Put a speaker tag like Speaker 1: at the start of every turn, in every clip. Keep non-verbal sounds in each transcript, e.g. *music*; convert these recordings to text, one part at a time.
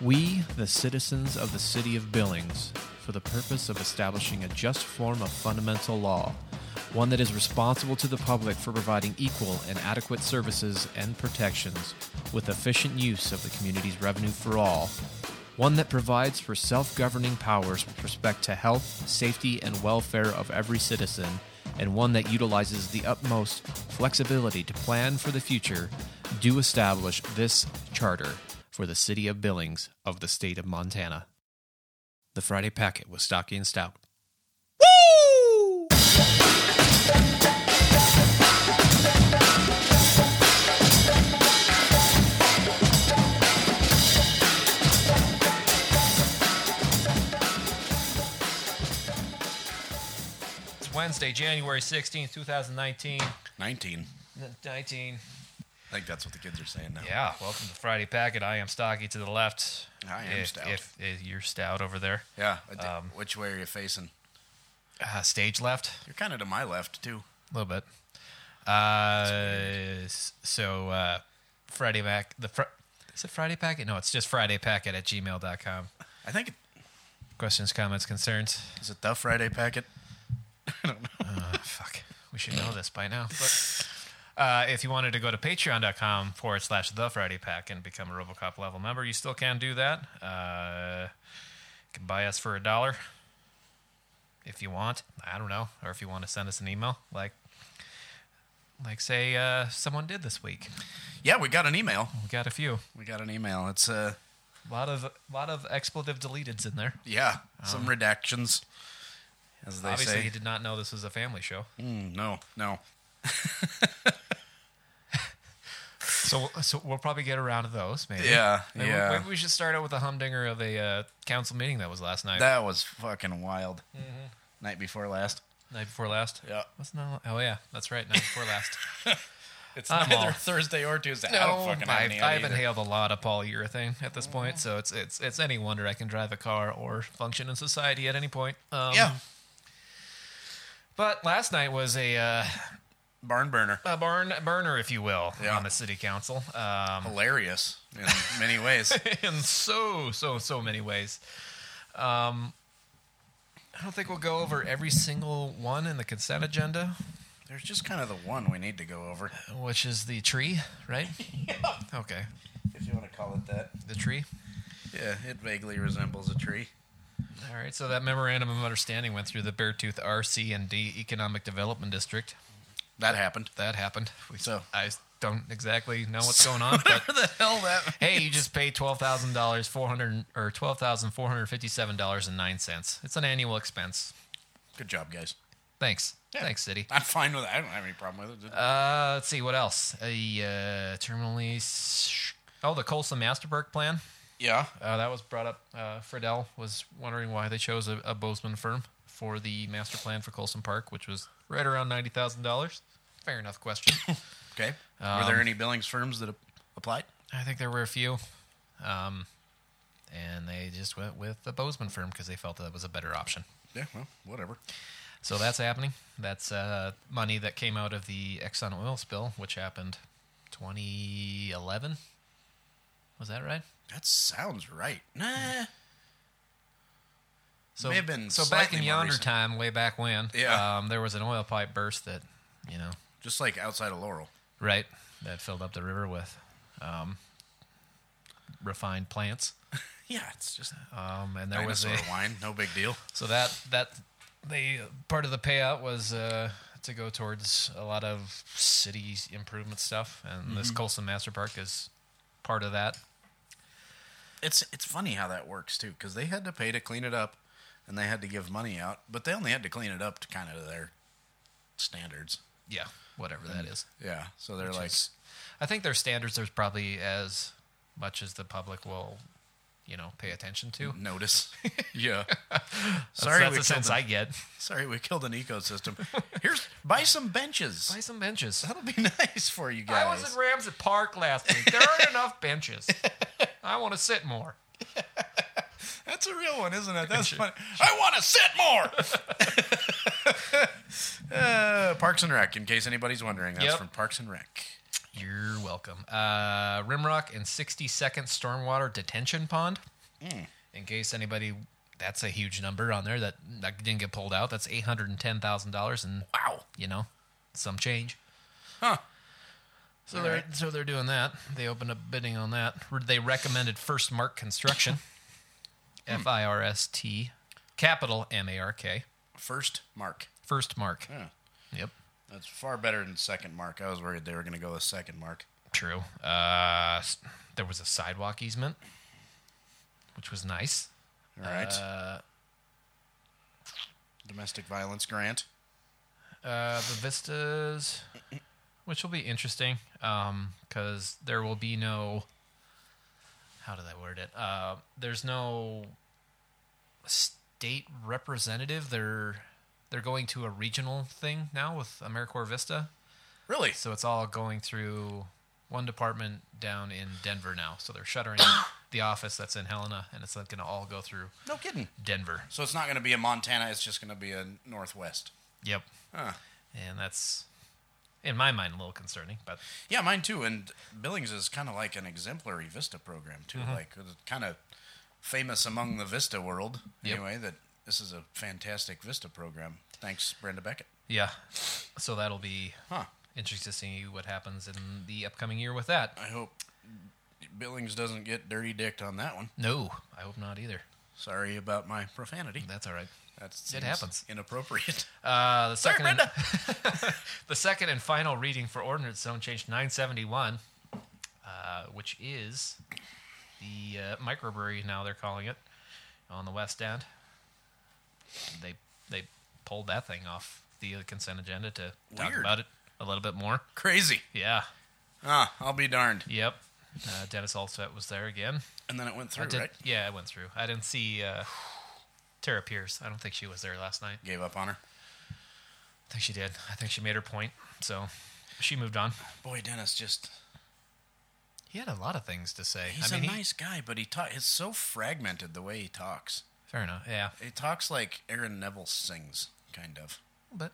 Speaker 1: We, the citizens of the city of Billings, for the purpose of establishing a just form of fundamental law, one that is responsible to the public for providing equal and adequate services and protections with efficient use of the community's revenue for all, one that provides for self governing powers with respect to health, safety, and welfare of every citizen, and one that utilizes the utmost flexibility to plan for the future, do establish this charter for the City of Billings of the State of Montana. The Friday Packet was Stocky and Stout. It's Wednesday, January 16th, 2019.
Speaker 2: 19.
Speaker 1: 19.
Speaker 2: I think that's what the kids are saying now.
Speaker 1: Yeah, welcome to Friday Packet. I am Stocky to the left.
Speaker 2: I am
Speaker 1: If-
Speaker 2: Stout.
Speaker 1: If, if you're Stout over there.
Speaker 2: Yeah. I thi-
Speaker 1: Um,
Speaker 2: which way are you facing?
Speaker 1: Uh, stage left,
Speaker 2: You're kind of to my left, too.
Speaker 1: a little bit. Uh, s- so, uh, Friday Pack, the fr- is it Friday Packet? No, it's just Friday Packet at gmail.com.
Speaker 2: I think, it,
Speaker 1: Questions, comments, concerns?
Speaker 2: is it the Friday packet?
Speaker 1: Fuck, we should know this by now. But uh, if you wanted to go to patreon.com forward slash the Friday Pack and become a Robocop level member, you still can do that. Uh, you can buy us for a dollar if you want. I don't know. Or if you want to send us an email, like, like say uh, someone did this week.
Speaker 2: Yeah, we got an email.
Speaker 1: We got a few.
Speaker 2: We got an email. It's, uh,
Speaker 1: A lot of lot of expletive deleteds in there.
Speaker 2: yeah, some redactions, as they
Speaker 1: Oh. Obviously,
Speaker 2: say.
Speaker 1: he did not know this was a family show.
Speaker 2: Mm, no, no.
Speaker 1: So, so we'll probably get around to those, maybe.
Speaker 2: Yeah,
Speaker 1: Maybe,
Speaker 2: yeah.
Speaker 1: Maybe we should start out with a humdinger of a uh, council meeting that was last night,
Speaker 2: That was fucking wild.
Speaker 1: Mm-hmm.
Speaker 2: Night before last.
Speaker 1: night before last.
Speaker 2: Yeah.
Speaker 1: Wasn't that? Oh yeah, that's right, night before
Speaker 2: *laughs*
Speaker 1: last.
Speaker 2: It's
Speaker 1: I'm all-
Speaker 2: Thursday or Tuesday.
Speaker 1: I've,
Speaker 2: any
Speaker 1: I've
Speaker 2: idea.
Speaker 1: inhaled a lot of polyurethane at this point,
Speaker 2: Mm-hmm.
Speaker 1: so it's it's it's any wonder I can drive a car or function in society at any point. Um,
Speaker 2: Yeah,
Speaker 1: But last night was a, uh,
Speaker 2: barn burner.
Speaker 1: a burn burner, if you will,
Speaker 2: Yeah.
Speaker 1: on the city council. Um,
Speaker 2: Hilarious in many
Speaker 1: *laughs*
Speaker 2: ways.
Speaker 1: in so so so many ways. Um, I don't think we'll go over every single one in the consent agenda,
Speaker 2: There's just kind of the one we need to go over,
Speaker 1: which is the tree, right? Okay,
Speaker 2: if you want to call it that.
Speaker 1: the tree.
Speaker 2: Yeah, it vaguely resembles a tree.
Speaker 1: All right, so that memorandum of understanding went through the Beartooth RC and D Economic Development District.
Speaker 2: That happened.
Speaker 1: That happened. We,
Speaker 2: So- *laughs*
Speaker 1: I don't exactly know what's going on, but
Speaker 2: the hell that?
Speaker 1: hey, you just paid twelve thousand dollars, four hundred or twelve thousand four hundred fifty-seven dollars and nine cents. It's an annual expense.
Speaker 2: Good job, guys.
Speaker 1: Thanks, thanks, city.
Speaker 2: I'm fine with it. I don't have any problem with it.
Speaker 1: Uh, let's see what else. A uh, terminal lease. Oh, the Colson Masterberg plan.
Speaker 2: yeah.
Speaker 1: Uh, that was brought up. Uh, Friedel was wondering why they chose a, a Bozeman firm for the master plan for Colson Park, which was right around ninety thousand dollars. Fair enough question.
Speaker 2: Okay. Were there any Billings firms that a- applied?
Speaker 1: I think there were a few, um, and they just went with the Bozeman firm because they felt that was a better option.
Speaker 2: Yeah. Well, whatever.
Speaker 1: So that's happening. That's uh, money that came out of the Exxon oil spill, which happened 2011. Was that right?
Speaker 2: That sounds right. Nah.
Speaker 1: So,
Speaker 2: May have been
Speaker 1: so back
Speaker 2: slightly
Speaker 1: in
Speaker 2: more
Speaker 1: yonder
Speaker 2: recent.
Speaker 1: time, way back when,
Speaker 2: Yeah.
Speaker 1: um, there was an oil pipe burst that, you know,
Speaker 2: Just like outside of Laurel.
Speaker 1: right, that filled up the river with um, refined plants.
Speaker 2: Yeah, it's just
Speaker 1: Um, and there
Speaker 2: dinosaur
Speaker 1: was a,
Speaker 2: *laughs* wine. No big deal.
Speaker 1: So that that the part of the payout was uh, to go towards a lot of city improvement stuff, and this
Speaker 2: Mm-hmm.
Speaker 1: Colson Master Park is part of that.
Speaker 2: It's it's funny how that works too, because they had to pay to clean it up, and they had to give money out, but they only had to clean it up to kind of their standards.
Speaker 1: Yeah, whatever
Speaker 2: Mm-hmm.
Speaker 1: that is.
Speaker 2: Yeah. So they're like,
Speaker 1: is- I think their standards are probably as much as the public will, you know, pay attention to.
Speaker 2: notice. *laughs* yeah.
Speaker 1: Sorry, that's
Speaker 2: Sorry, we
Speaker 1: the
Speaker 2: killed
Speaker 1: sense
Speaker 2: an-
Speaker 1: I get.
Speaker 2: Sorry, we killed an ecosystem. Here's buy some benches.
Speaker 1: Buy some benches.
Speaker 2: *laughs* That'll be nice for you guys.
Speaker 1: I was at Ramsey Park last week. There aren't enough *laughs* benches. I want to sit more.
Speaker 2: That's a real one, isn't it? That's
Speaker 1: Sure.
Speaker 2: funny. I want to sit more. *laughs* uh, Parks and Rec, in case anybody's wondering, that's
Speaker 1: Yep.
Speaker 2: from Parks and Rec.
Speaker 1: You're welcome. Uh, Rimrock and 62nd Stormwater Detention Pond.
Speaker 2: Hmm.
Speaker 1: In case anybody, that's a huge number on there that that didn't get pulled out. That's eight hundred and ten thousand dollars, and
Speaker 2: Wow.
Speaker 1: you know, some change.
Speaker 2: Huh.
Speaker 1: So they're so they're doing that. They opened up bidding on that. Re- They recommended First Mark
Speaker 2: *laughs*
Speaker 1: Construction,
Speaker 2: Hmm.
Speaker 1: F I R S T, capital M A R K.
Speaker 2: First mark.
Speaker 1: First Mark.
Speaker 2: Yeah.
Speaker 1: Yep.
Speaker 2: That's far better than second mark. I was worried they were going to go with second mark.
Speaker 1: True. Uh, s- there was a sidewalk easement, which was nice.
Speaker 2: All right.
Speaker 1: Uh,
Speaker 2: Domestic violence grant.
Speaker 1: Uh, the vistas, which will be interesting, because there will be no. How did I word it? Uh, there's no state representative. They're they're going to a regional thing now with AmeriCorps Vista,
Speaker 2: Really?
Speaker 1: so it's all going through one department down in Denver now. So they're shuttering the office that's in Helena, and it's going to all go through
Speaker 2: No kidding.
Speaker 1: Denver.
Speaker 2: So it's not going to be a Montana. It's just going to be a Northwest.
Speaker 1: Yep,
Speaker 2: Huh.
Speaker 1: and that's in my mind a little concerning, but
Speaker 2: Yeah, mine too. And Billings is kind of like an exemplary Vista program too.
Speaker 1: Mm-hmm.
Speaker 2: Like it's kind of famous among the Vista world.
Speaker 1: Yep.
Speaker 2: Anyway, that this is a fantastic Vista program. Thanks, Brenda Beckett.
Speaker 1: Yeah. So that'll be
Speaker 2: Huh.
Speaker 1: interesting to see what happens in the upcoming year with that.
Speaker 2: I hope Billings doesn't get dirty dicked on that one.
Speaker 1: No, I hope not either.
Speaker 2: Sorry about my profanity.
Speaker 1: That's all right.
Speaker 2: That seems
Speaker 1: happens.
Speaker 2: Inappropriate. *laughs*
Speaker 1: Uh, the second, and,
Speaker 2: Brenda.
Speaker 1: *laughs* the second and final reading for ordinance zone change 971, uh, which is the uh, microbrewery now they're calling it on the west end. They they pulled that thing off the consent agenda to talk
Speaker 2: Weird.
Speaker 1: about it a little bit more.
Speaker 2: Crazy.
Speaker 1: Yeah.
Speaker 2: Ah, I'll be darned.
Speaker 1: Yep. Uh, Dennis Alsvet was there again.
Speaker 2: And then it went through,
Speaker 1: I did-
Speaker 2: right?
Speaker 1: Yeah, I went through. I didn't see uh, Tara Pierce. I don't think she was there last night.
Speaker 2: Gave up on her.
Speaker 1: I think she did. I think she made her point. So she moved on.
Speaker 2: Boy, Dennis just.
Speaker 1: He had a lot of things to say.
Speaker 2: He's
Speaker 1: I mean,
Speaker 2: a
Speaker 1: he-
Speaker 2: nice guy, but he ta- it's so fragmented the way he talks.
Speaker 1: fair enough. Yeah,
Speaker 2: He talks like Aaron Neville sings, kind of.
Speaker 1: but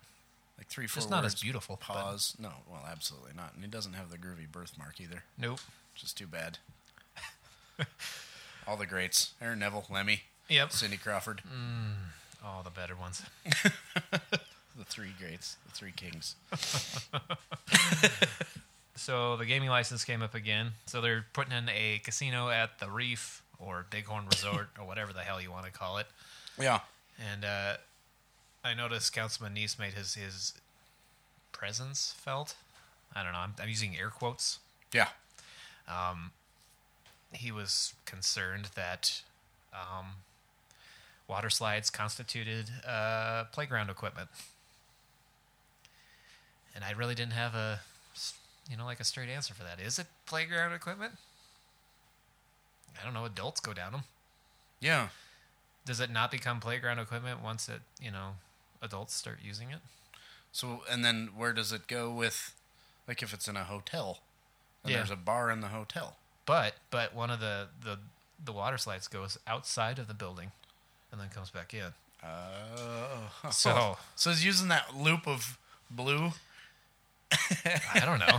Speaker 2: Like three, four.
Speaker 1: Just not as
Speaker 2: words,
Speaker 1: beautiful, but-
Speaker 2: Pause. No, well, absolutely not. And he doesn't have the groovy birthmark either,
Speaker 1: nope.
Speaker 2: which is
Speaker 1: *laughs*
Speaker 2: too bad. All the greats: Aaron Neville, Lemmy,
Speaker 1: Yep.
Speaker 2: Cindy Crawford,
Speaker 1: Mm. All the better ones.
Speaker 2: the three greats, the three kings.
Speaker 1: So the gaming license came up again. So they're putting in a casino at the Reef or Bighorn Resort or whatever the hell you want to call it.
Speaker 2: Yeah,
Speaker 1: And uh, I noticed Councilman Neese made his his presence felt. I don't know. I'm, I'm using air quotes.
Speaker 2: yeah.
Speaker 1: he was concerned that um, water slides constituted uh, playground equipment, and I really didn't have a s- you know like a straight answer for that. Is it playground equipment? I don't know. Adults go down them.
Speaker 2: Yeah.
Speaker 1: Does it not become playground equipment once it you know adults start using it?
Speaker 2: So, and then where does it go with, like, if it's in a hotel? And
Speaker 1: Yeah.
Speaker 2: there's a bar in the hotel.
Speaker 1: But but one of the the the water slides goes outside of the building, and then comes back in.
Speaker 2: Oh.
Speaker 1: So-
Speaker 2: so he's using that loop of blue.
Speaker 1: I don't
Speaker 2: *laughs*
Speaker 1: know.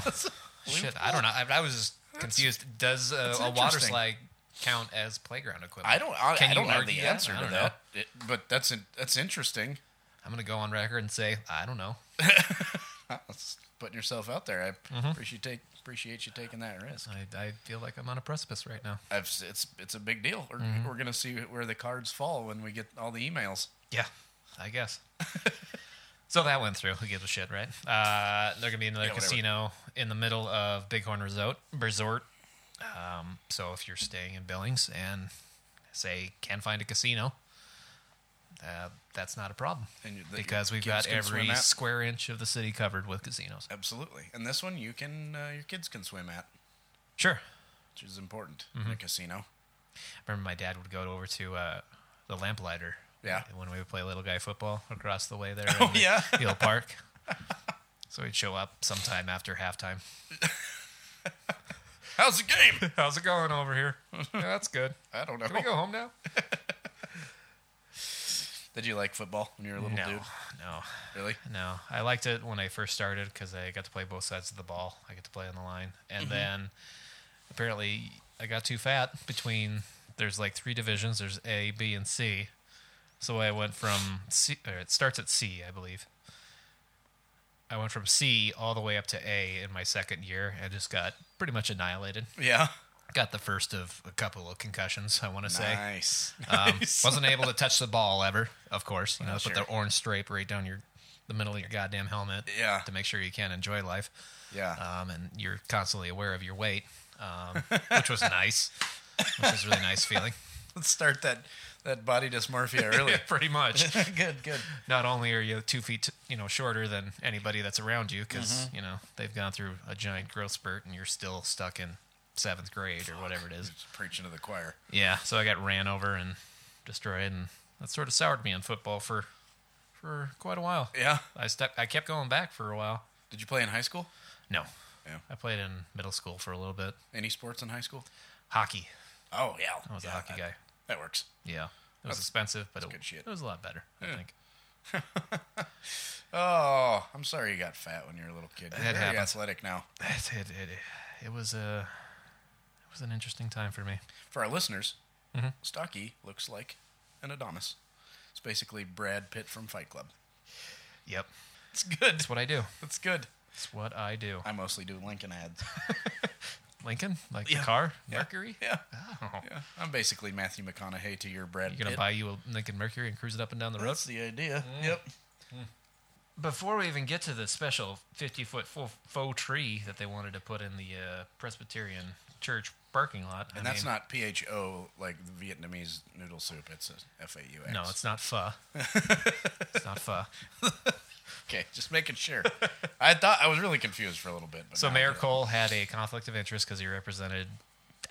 Speaker 1: Shit, I don't know. I, I was just confused. Does uh,
Speaker 2: that's
Speaker 1: a water
Speaker 2: interesting.
Speaker 1: slide count as playground equipment?
Speaker 2: I don't. I,
Speaker 1: Can
Speaker 2: I
Speaker 1: you
Speaker 2: don't have
Speaker 1: argue
Speaker 2: the
Speaker 1: that?
Speaker 2: answer
Speaker 1: I
Speaker 2: to
Speaker 1: don't
Speaker 2: that. It- but that's in, that's interesting.
Speaker 1: I'm gonna go on record and say I don't know.
Speaker 2: That's putting yourself out there. I appreciate take appreciate you taking that risk.
Speaker 1: I, I feel like I'm on a precipice right now.
Speaker 2: I've, s- it's it's a big deal. We're, we're gonna see where the cards fall when we get all the emails.
Speaker 1: Yeah, I guess. *laughs* so that went through. Who gives a shit, right? Uh, they're gonna be another
Speaker 2: Yeah, whatever.
Speaker 1: casino in the middle of Bighorn Resort. Resort. Um, so if you're staying in Billings and say can find a casino, uh, that's not a problem
Speaker 2: And you- the-
Speaker 1: because we've
Speaker 2: kids
Speaker 1: got
Speaker 2: can swim
Speaker 1: every
Speaker 2: at.
Speaker 1: square inch of the city covered with casinos.
Speaker 2: Absolutely. And this one you can uh, your kids can swim at,
Speaker 1: Sure.
Speaker 2: which is important in a casino.
Speaker 1: I remember my dad would go over to uh, the Lamplighter.
Speaker 2: Yeah.
Speaker 1: When we would play little guy football across the way there. in the
Speaker 2: yeah.
Speaker 1: *laughs* Hill Park. So he'd show up sometime after halftime.
Speaker 2: How's the game?
Speaker 1: How's it going over here? Yeah, that's good.
Speaker 2: I don't know.
Speaker 1: Can we go home now?
Speaker 2: Did you like football when you were a little
Speaker 1: No,
Speaker 2: dude?
Speaker 1: no,
Speaker 2: Really?
Speaker 1: no. I liked it when I first started because I got to play both sides of the ball. I got to play on the line, and then apparently I got too fat between there's like three divisions. There's A, B, and C. So I went from C. Or it starts at C, I believe. I went from C all the way up to A in my second year, and just got pretty much annihilated.
Speaker 2: Yeah.
Speaker 1: Got the first of a couple of concussions. I want to say.
Speaker 2: Nice.
Speaker 1: Um, wasn't able to touch the ball ever, of course. You know,
Speaker 2: sure.
Speaker 1: put the orange stripe right down your the middle of your goddamn helmet.
Speaker 2: *laughs* Yeah.
Speaker 1: To make sure you can enjoy life.
Speaker 2: Yeah.
Speaker 1: Um, and you're constantly aware of your weight, um, which was nice, which was a really nice feeling.
Speaker 2: Let's start that that body
Speaker 1: *laughs*
Speaker 2: dysmorphia *laughs* early.
Speaker 1: Pretty much.
Speaker 2: good, good.
Speaker 1: Not only are you two feet, you know, shorter than anybody that's around you, because you know they've gone through a giant growth spurt, and you're still stuck in seventh grade or whatever it is.
Speaker 2: Just preaching to the choir.
Speaker 1: Yeah, so I got ran over and destroyed, and that sort of soured me on football for for quite a while.
Speaker 2: Yeah.
Speaker 1: I stuck. I kept going back for a while.
Speaker 2: Did you play in high school?
Speaker 1: No,
Speaker 2: Yeah.
Speaker 1: I played in middle school for a little bit.
Speaker 2: Any sports in high school?
Speaker 1: Hockey.
Speaker 2: Oh yeah.
Speaker 1: I was
Speaker 2: Yeah,
Speaker 1: a hockey
Speaker 2: that,
Speaker 1: guy.
Speaker 2: That works.
Speaker 1: Yeah, it was expensive, but it,
Speaker 2: good shit.
Speaker 1: it was a lot better. I think.
Speaker 2: Oh, I'm sorry you got fat when you were a little kid. You're
Speaker 1: It
Speaker 2: very
Speaker 1: happens.
Speaker 2: athletic now.
Speaker 1: It, it, it, it was a it was an interesting time for me.
Speaker 2: For our listeners,
Speaker 1: Mm-hmm.
Speaker 2: Stocky looks like an Adonis. It's basically Brad Pitt from Fight Club.
Speaker 1: Yep,
Speaker 2: It's good.
Speaker 1: it's what I do.
Speaker 2: It's good.
Speaker 1: It's what I do.
Speaker 2: I mostly do
Speaker 1: *laughs*
Speaker 2: Lincoln ads.
Speaker 1: Lincoln, like
Speaker 2: Yeah.
Speaker 1: the car,
Speaker 2: Yeah.
Speaker 1: Mercury.
Speaker 2: Yeah.
Speaker 1: Oh.
Speaker 2: Yeah. I'm basically Matthew McConaughey to your Brad
Speaker 1: You're gonna
Speaker 2: Pitt.
Speaker 1: buy Mm. you a Lincoln Mercury and cruise it up and down the road.
Speaker 2: That's the idea. Yep.
Speaker 1: Before we even get to the special 50 foot faux, faux tree that they wanted to put in the uh, Presbyterian church parking lot,
Speaker 2: And that's not P H O like the Vietnamese noodle soup. It's a F A U X.
Speaker 1: No, it's not pho.
Speaker 2: *laughs*
Speaker 1: it's not pho.
Speaker 2: okay. Just making sure. I thought I was really confused for a little bit. But
Speaker 1: So
Speaker 2: now I
Speaker 1: Mayor
Speaker 2: get it.
Speaker 1: Cole had a conflict of interest because he represented,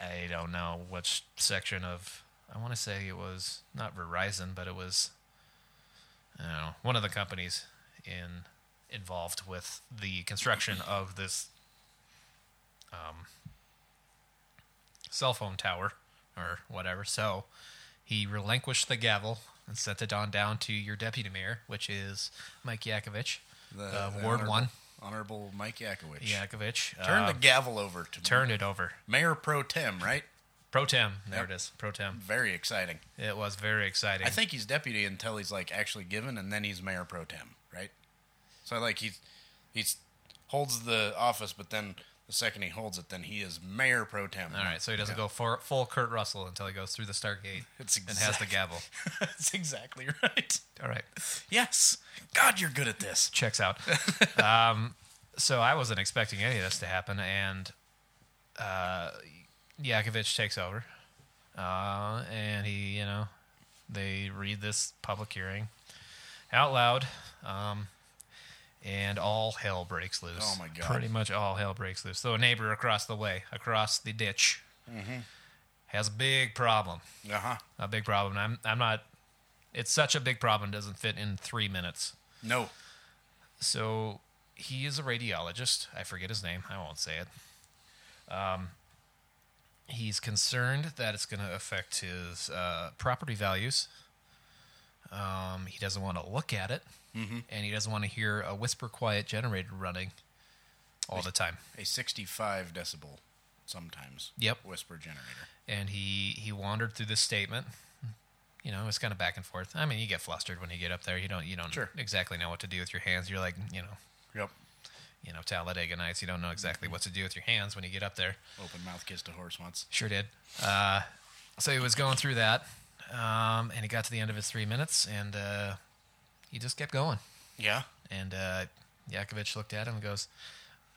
Speaker 1: I don't know which section of, I want to say it was not Verizon, but it was, I don't know, one of the companies in involved with the construction of this um, cell phone tower or whatever. So he relinquished the gavel and sent it on down to your deputy mayor, which is Mike Yakovich
Speaker 2: The-
Speaker 1: of
Speaker 2: the
Speaker 1: Ward
Speaker 2: Honorable-
Speaker 1: One.
Speaker 2: Honorable Mike Yakovich.
Speaker 1: Yakovich.
Speaker 2: Turn
Speaker 1: uh,
Speaker 2: the gavel over to
Speaker 1: Turn it over.
Speaker 2: Mayor Pro Tem, right?
Speaker 1: Pro Tem. There
Speaker 2: Yep.
Speaker 1: it is. Pro Tem.
Speaker 2: Very exciting.
Speaker 1: It was very exciting.
Speaker 2: I think he's deputy until he's like actually given, and then he's mayor pro tem, right? So like he's he's holds the office, but then the second he holds it, then he is mayor pro tem.
Speaker 1: All right, so he doesn't go for, full Kurt Russell until he goes through the Stargate
Speaker 2: It's
Speaker 1: and has the
Speaker 2: exact-
Speaker 1: gavel.
Speaker 2: *laughs* That's exactly right.
Speaker 1: All
Speaker 2: *laughs*
Speaker 1: right.
Speaker 2: Yes, God, you're good at this.
Speaker 1: Checks
Speaker 2: *laughs*
Speaker 1: out. um, so I wasn't expecting any of this to happen, and uh, Yakovich takes over, uh, and he, you know, they read this public hearing out loud, um, and all hell breaks loose.
Speaker 2: Oh, my God.
Speaker 1: Pretty much all hell breaks loose. So a neighbor across the way, across the ditch,
Speaker 2: Mm-hmm.
Speaker 1: has a big problem.
Speaker 2: Uh huh.
Speaker 1: A big problem. I'm, I'm not. It's such a big problem. it Doesn't fit in three minutes.
Speaker 2: No.
Speaker 1: So he is a radiologist. I forget his name. I won't say it. Um, he's concerned that it's going to affect his uh, property values. Um, he doesn't want to look at it, and he doesn't want to hear a whisper quiet generator running all the time.
Speaker 2: A 65 decibel, sometimes.
Speaker 1: Yep.
Speaker 2: Whisper generator.
Speaker 1: And he he wandered through this statement. You know, it's kind of back and forth. I mean, you get flustered when you get up there. You don't you don't
Speaker 2: Sure.
Speaker 1: exactly know what to do with your hands. You're like, you know,
Speaker 2: Yep.
Speaker 1: you know, Talladega Nights. You don't know exactly
Speaker 2: Mm-hmm.
Speaker 1: what to do with your hands when you get up there.
Speaker 2: Open mouth kissed a horse once.
Speaker 1: Sure did. Uh, so he was going through that, um, and he got to the end of his three minutes, and uh, he just kept going.
Speaker 2: Yeah.
Speaker 1: And uh, Yakovich looked at him and goes,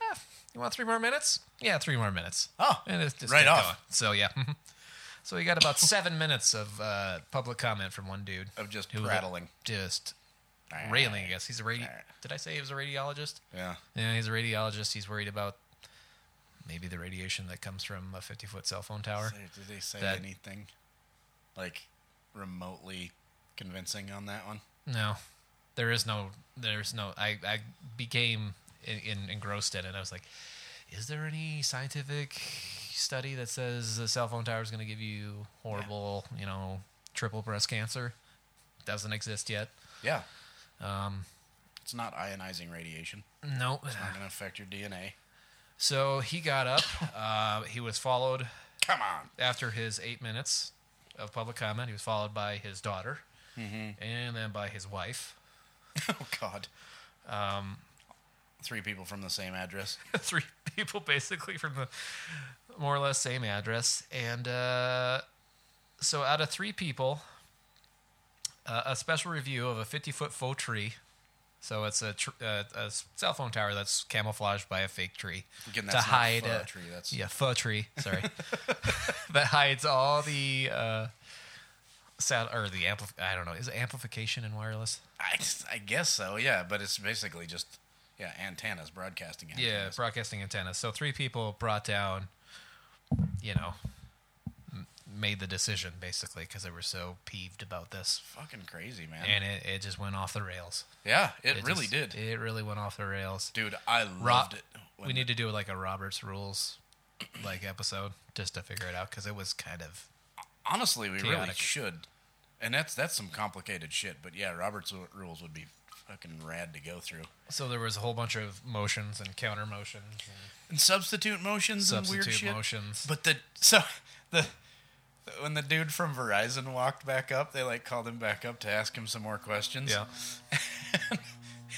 Speaker 1: ah, "You want three more minutes? Yeah, three more minutes."
Speaker 2: Oh,
Speaker 1: and it just
Speaker 2: right
Speaker 1: kept
Speaker 2: off.
Speaker 1: going. So yeah, *laughs* so he got about seven minutes of uh, public comment from one dude
Speaker 2: Of just
Speaker 1: who was
Speaker 2: prattling.
Speaker 1: just railing. I guess he's a radi-
Speaker 2: Ah.
Speaker 1: Did I say he was a radiologist?
Speaker 2: Yeah.
Speaker 1: Yeah, he's a radiologist. He's worried about maybe the radiation that comes from a 50 foot cell phone tower.
Speaker 2: Say- Did they say
Speaker 1: That-
Speaker 2: anything like remotely convincing on that one?
Speaker 1: No, there is no, there's no. I, I became in, in, engrossed in it. I was like, is there any scientific study that says a cell phone tower is going to give you horrible, you know, triple breast cancer? Doesn't exist yet.
Speaker 2: Yeah. Um, it's not ionizing radiation.
Speaker 1: No.
Speaker 2: *sighs* Not gonna affect your DNA.
Speaker 1: So he got up. Uh, he was followed
Speaker 2: Come on. *laughs*
Speaker 1: after his eight minutes of public comment. He was followed by his daughter, and then by his wife.
Speaker 2: Oh God. Um, three people from the same address. *laughs*
Speaker 1: *laughs* Three people basically from the more or less same address, and uh, so out of three people, uh, a special review of a 50 foot faux tree. So it's a, tr- uh, a s- cell phone tower that's camouflaged by a fake tree
Speaker 2: Again,
Speaker 1: to
Speaker 2: that's not
Speaker 1: hide
Speaker 2: fir
Speaker 1: a-
Speaker 2: tree, that's-
Speaker 1: yeah faux tree. Sorry,
Speaker 2: *laughs*
Speaker 1: *laughs* that hides all the uh, sound or the ampli- I don't know is it amplification in wireless.
Speaker 2: I, I guess so. Yeah, but it's basically just yeah antennas broadcasting.
Speaker 1: Yeah,
Speaker 2: Antennas.
Speaker 1: broadcasting antenna. So three people brought down, you know, m- made the decision basically because they were so peeved about this,
Speaker 2: Fucking crazy, man.
Speaker 1: and it, it just went off the rails.
Speaker 2: yeah, it,
Speaker 1: It
Speaker 2: really
Speaker 1: just-
Speaker 2: did,
Speaker 1: It really went off the rails.
Speaker 2: dude. I
Speaker 1: Rob,
Speaker 2: loved it. when-
Speaker 1: we need to do like a Robert's Rules like episode just to figure it out because it was kind of
Speaker 2: honestly, we really
Speaker 1: chaotic.
Speaker 2: should. And that's that's some complicated shit. But yeah, Robert's Ru- rules would be fucking rad to go through.
Speaker 1: so there was a whole bunch of motions and counter motions and
Speaker 2: And substitute motions and weird
Speaker 1: substitute
Speaker 2: shit.
Speaker 1: motions.
Speaker 2: But the so the when the dude from Verizon walked back up, they like called him back up to ask him some more questions.
Speaker 1: yeah,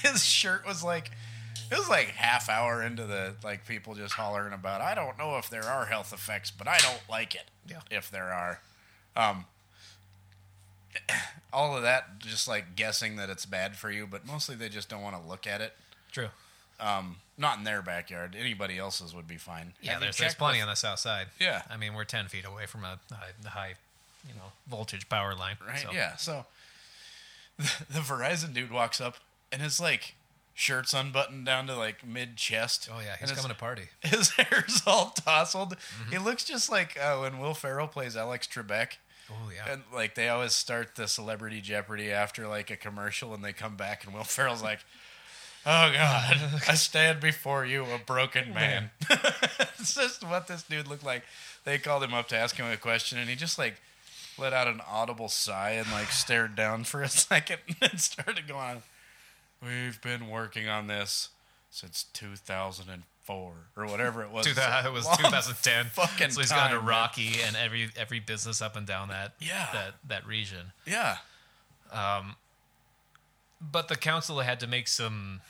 Speaker 2: his shirt was like it was like half hour into the like people just hollering about i don't know if there are health effects but i don't like it
Speaker 1: Yeah.
Speaker 2: if there are um *clears throat* all of that just like guessing that it's bad for you but mostly they just don't want to look at it
Speaker 1: true.
Speaker 2: um not in their backyard anybody else's would be fine
Speaker 1: Yeah,
Speaker 2: Have you
Speaker 1: there's, there's
Speaker 2: checked
Speaker 1: plenty
Speaker 2: with-
Speaker 1: on the south side.
Speaker 2: Yeah.
Speaker 1: I mean, we're 10 feet away from a high, high you know, voltage power line.
Speaker 2: right
Speaker 1: so-
Speaker 2: yeah so *laughs* the, the verizon dude walks up and it's like shirts unbuttoned down to like mid chest
Speaker 1: Oh, yeah.
Speaker 2: And
Speaker 1: He's
Speaker 2: it's-
Speaker 1: coming to party.
Speaker 2: *laughs* His hair's all tousled. He looks just like uh, when Will Ferrell plays Alex Trebek.
Speaker 1: Oh, yeah.
Speaker 2: And like they always start the Celebrity Jeopardy after like a commercial, and they come back, and Will Ferrell's like, "Oh God, *laughs* I stand before you, a broken man." *laughs* it's just what this dude looked like. They called him up to ask him a question, and he just like let out an audible sigh and like stared down for a *laughs* second, and then started going, "We've been working on this since 2004 or whatever it was."
Speaker 1: Dude, that it was
Speaker 2: Long
Speaker 1: 2010.
Speaker 2: fucking
Speaker 1: so he's gone to
Speaker 2: time, man.
Speaker 1: Rocky and every every business up and down that
Speaker 2: Yeah.
Speaker 1: that that region.
Speaker 2: *laughs* Yeah.
Speaker 1: But the council had to make some.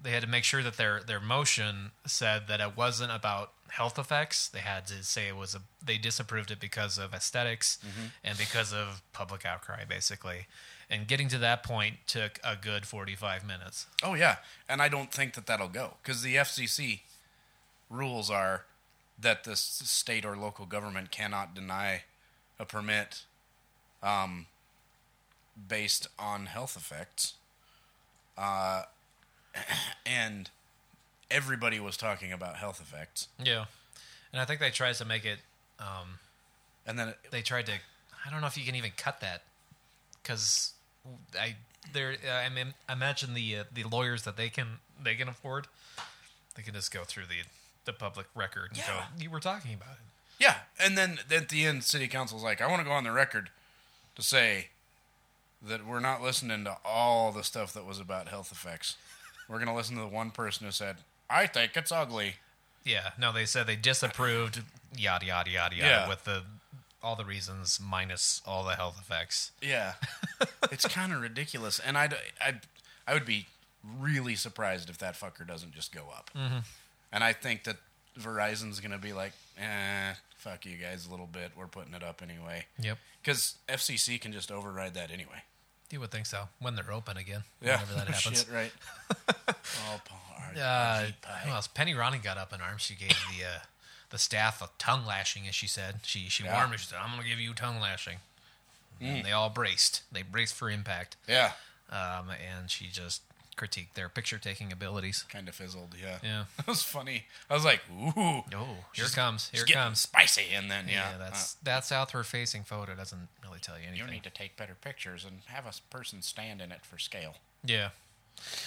Speaker 1: They had to make sure that their their motion said that it wasn't about health effects. They had to say it was a. They disapproved it because of esthetics and because of public outcry, basically. And getting to that point took a good forty five minutes.
Speaker 2: Oh yeah, and I don't think that that'll go because the FCC rules are that the s- state or local government cannot deny a permit um, based on health effects, uh, *clears throat* and everybody was talking about health effects,
Speaker 1: Yeah, and I think they tried to make it
Speaker 2: and then it,
Speaker 1: they tried to i don't know if you can even cut that because i there i mean I imagine the uh, the lawyers that they can they can afford they can just go through the the public record and
Speaker 2: Yeah.
Speaker 1: go you were talking about it
Speaker 2: yeah, and then at the end, city council's like, I want to go on the record to say that we're not listening to all the stuff that was about health effects. We're going to listen to the one person who said, I think it's ugly.
Speaker 1: yeah no they said they disapproved yada yada yada yada
Speaker 2: Yeah.
Speaker 1: with the all the reasons minus all the health effects
Speaker 2: Yeah. *laughs* it's kind of ridiculous. And I'd, I'd, I would be really surprised if that fucker doesn't just go up. And I think that Verizon's going to be like, eh, fuck you guys a little bit. We're putting it up anyway.
Speaker 1: yep
Speaker 2: Because FCC can just override that anyway.
Speaker 1: you would think so when they're open again
Speaker 2: Yeah.
Speaker 1: whenever that happens
Speaker 2: *laughs* Shit,
Speaker 1: *laughs*
Speaker 2: right. Oh, All part.
Speaker 1: uh,
Speaker 2: pie.
Speaker 1: who else? Penny Ronning got up in arms. She gave the uh, the staff a tongue lashing, as she said. She she
Speaker 2: Yeah. Hmm.
Speaker 1: warned me. She said, "I'm gonna give you a tongue lashing." And they all braced. They braced for impact.
Speaker 2: Yeah.
Speaker 1: Um, and she just critiqued their picture taking abilities.
Speaker 2: Kind of fizzled. Yeah.
Speaker 1: Yeah.
Speaker 2: *laughs* That was funny. I was like, ooh.
Speaker 1: Oh, here it comes. Here
Speaker 2: it's
Speaker 1: it
Speaker 2: getting
Speaker 1: comes.
Speaker 2: spicy. And then, yeah. uh,
Speaker 1: Yeah, that's that's outward facing photo. Doesn't really tell you
Speaker 2: You
Speaker 1: anything.
Speaker 2: need to take better pictures and have a person stand in it for scale. *laughs*
Speaker 1: yeah.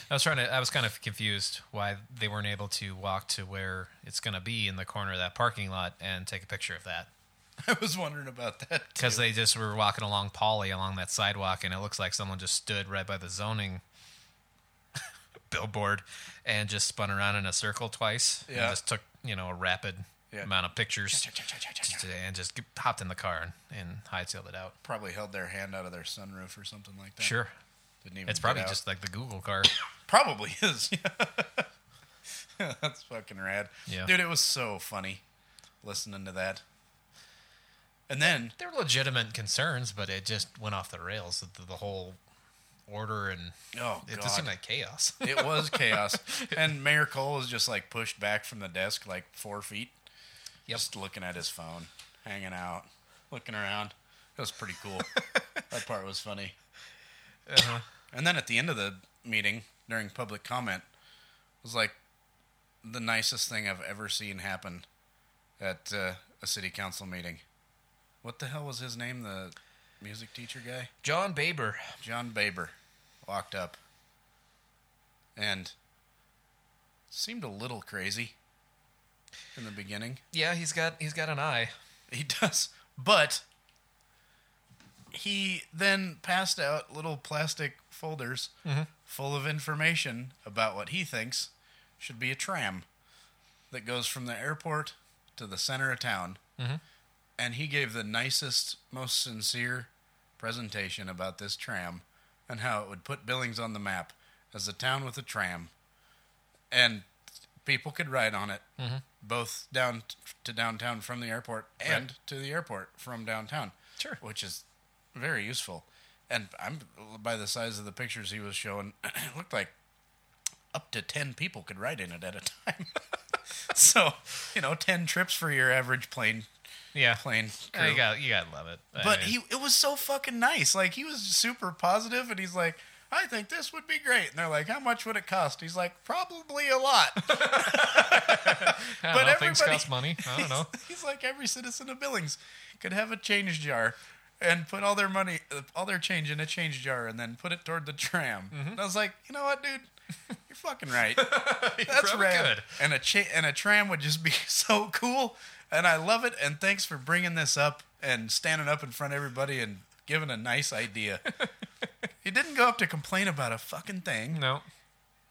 Speaker 1: I was trying to. I was kind of confused why they weren't able to walk to where it's gonna be in the corner of that parking lot and take a picture of that.
Speaker 2: I was wondering about that.
Speaker 1: because they *laughs* just were walking along Polly along that sidewalk, and it looks like someone just stood right by the zoning *laughs* billboard and just spun around in a circle twice. and
Speaker 2: Yeah.
Speaker 1: just took you know a rapid
Speaker 2: Yeah.
Speaker 1: amount of pictures, and just g- hopped in the car and, and hightailed it out.
Speaker 2: Probably held their hand out of their sunroof or something like that.
Speaker 1: Sure,
Speaker 2: Didn't even
Speaker 1: it's
Speaker 2: get
Speaker 1: probably
Speaker 2: out.
Speaker 1: just like the Google car. *coughs*
Speaker 2: Probably *laughs* is. *laughs* That's fucking rad.
Speaker 1: Yeah.
Speaker 2: Dude, it was so funny listening to that. And then,
Speaker 1: there were legitimate concerns, but it just went off the rails. The, the whole order and
Speaker 2: oh,
Speaker 1: it
Speaker 2: God.
Speaker 1: just seemed like chaos. *laughs*
Speaker 2: it was chaos. *laughs* And Mayor Cole was just like pushed back from the desk like four feet.
Speaker 1: Yep.
Speaker 2: Just looking at his phone, hanging out, looking around. It was pretty cool. that part was funny.
Speaker 1: Uh-huh.
Speaker 2: And then at the end of the meeting, during public comment, it was like the nicest thing I've ever seen happen at uh, a city council meeting. What the hell was his name? The music teacher guy?
Speaker 1: John Baber,
Speaker 2: John Baber walked up and seemed a little crazy in the beginning.
Speaker 1: yeah, he's got he's got an eye.
Speaker 2: He *laughs* does, but he then passed out little plastic folders full of information about what he thinks should be a tram that goes from the airport to the center of town. And he gave the nicest, most sincere presentation about this tram and how it would put Billings on the map as a town with a tram. And people could ride on it, both down t- to downtown from the airport and to the airport from downtown.
Speaker 1: Sure.
Speaker 2: Which is very useful. And I'm by the size of the pictures he was showing, *clears throat* it looked like up to 10 people could ride in it at a time. *laughs* so, you know, 10 trips for your average plane
Speaker 1: Yeah,
Speaker 2: plane
Speaker 1: Yeah,
Speaker 2: crew.
Speaker 1: you got you got to love it. I
Speaker 2: But
Speaker 1: mean,
Speaker 2: he it was so fucking nice. Like he was super positive and he's like, "I think this would be great." And they're like, "How much would it cost?" He's like, "Probably a lot."
Speaker 1: I don't
Speaker 2: but
Speaker 1: know, things
Speaker 2: everybody-
Speaker 1: cost money. I don't
Speaker 2: *laughs*
Speaker 1: know.
Speaker 2: He's like every citizen of Billings could have a change jar and put all their money, uh, all their change in a change jar, and then put it toward the tram. And I was like, you know what, dude, you're fucking right. That's
Speaker 1: probably
Speaker 2: rad.
Speaker 1: could.
Speaker 2: And a cha- and a tram would just be *laughs* so cool. And I love it. And thanks for bringing this up and standing up in front of everybody and giving a nice
Speaker 1: *laughs*
Speaker 2: idea. he didn't go up to complain about a fucking thing.
Speaker 1: No,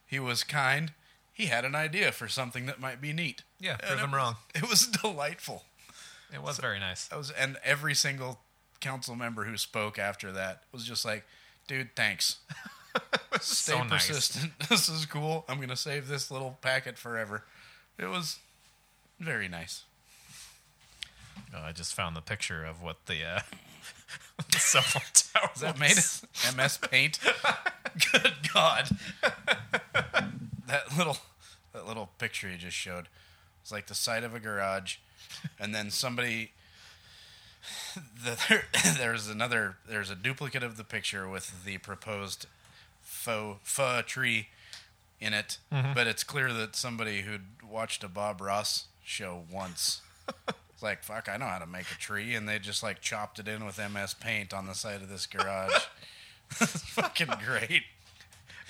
Speaker 2: He was kind. He had an idea for something that might be neat.
Speaker 1: yeah,
Speaker 2: And
Speaker 1: prove
Speaker 2: it-
Speaker 1: him wrong.
Speaker 2: *laughs* It was delightful.
Speaker 1: It was very nice.
Speaker 2: That was, and every single council member who spoke after that was just like, "Dude, thanks. *laughs* Stay
Speaker 1: so nice.
Speaker 2: persistent. *laughs* This is cool. I'm gonna save this little packet forever." It was very nice.
Speaker 1: Oh, I just found the picture of what the, uh, *laughs* the cell *laughs* phone tower
Speaker 2: Is that made it? MS Paint. Good God. that little that little picture you just showed was like the side of a garage, and then somebody. The, *laughs* there, there's another. There's a duplicate of the picture with the proposed faux faux tree in it, but it's clear that somebody who'd watched a Bob Ross show once it's like, fuck, I know how to make a tree. And they just like chopped it in with MS Paint on the side of this garage. *laughs* It's fucking great.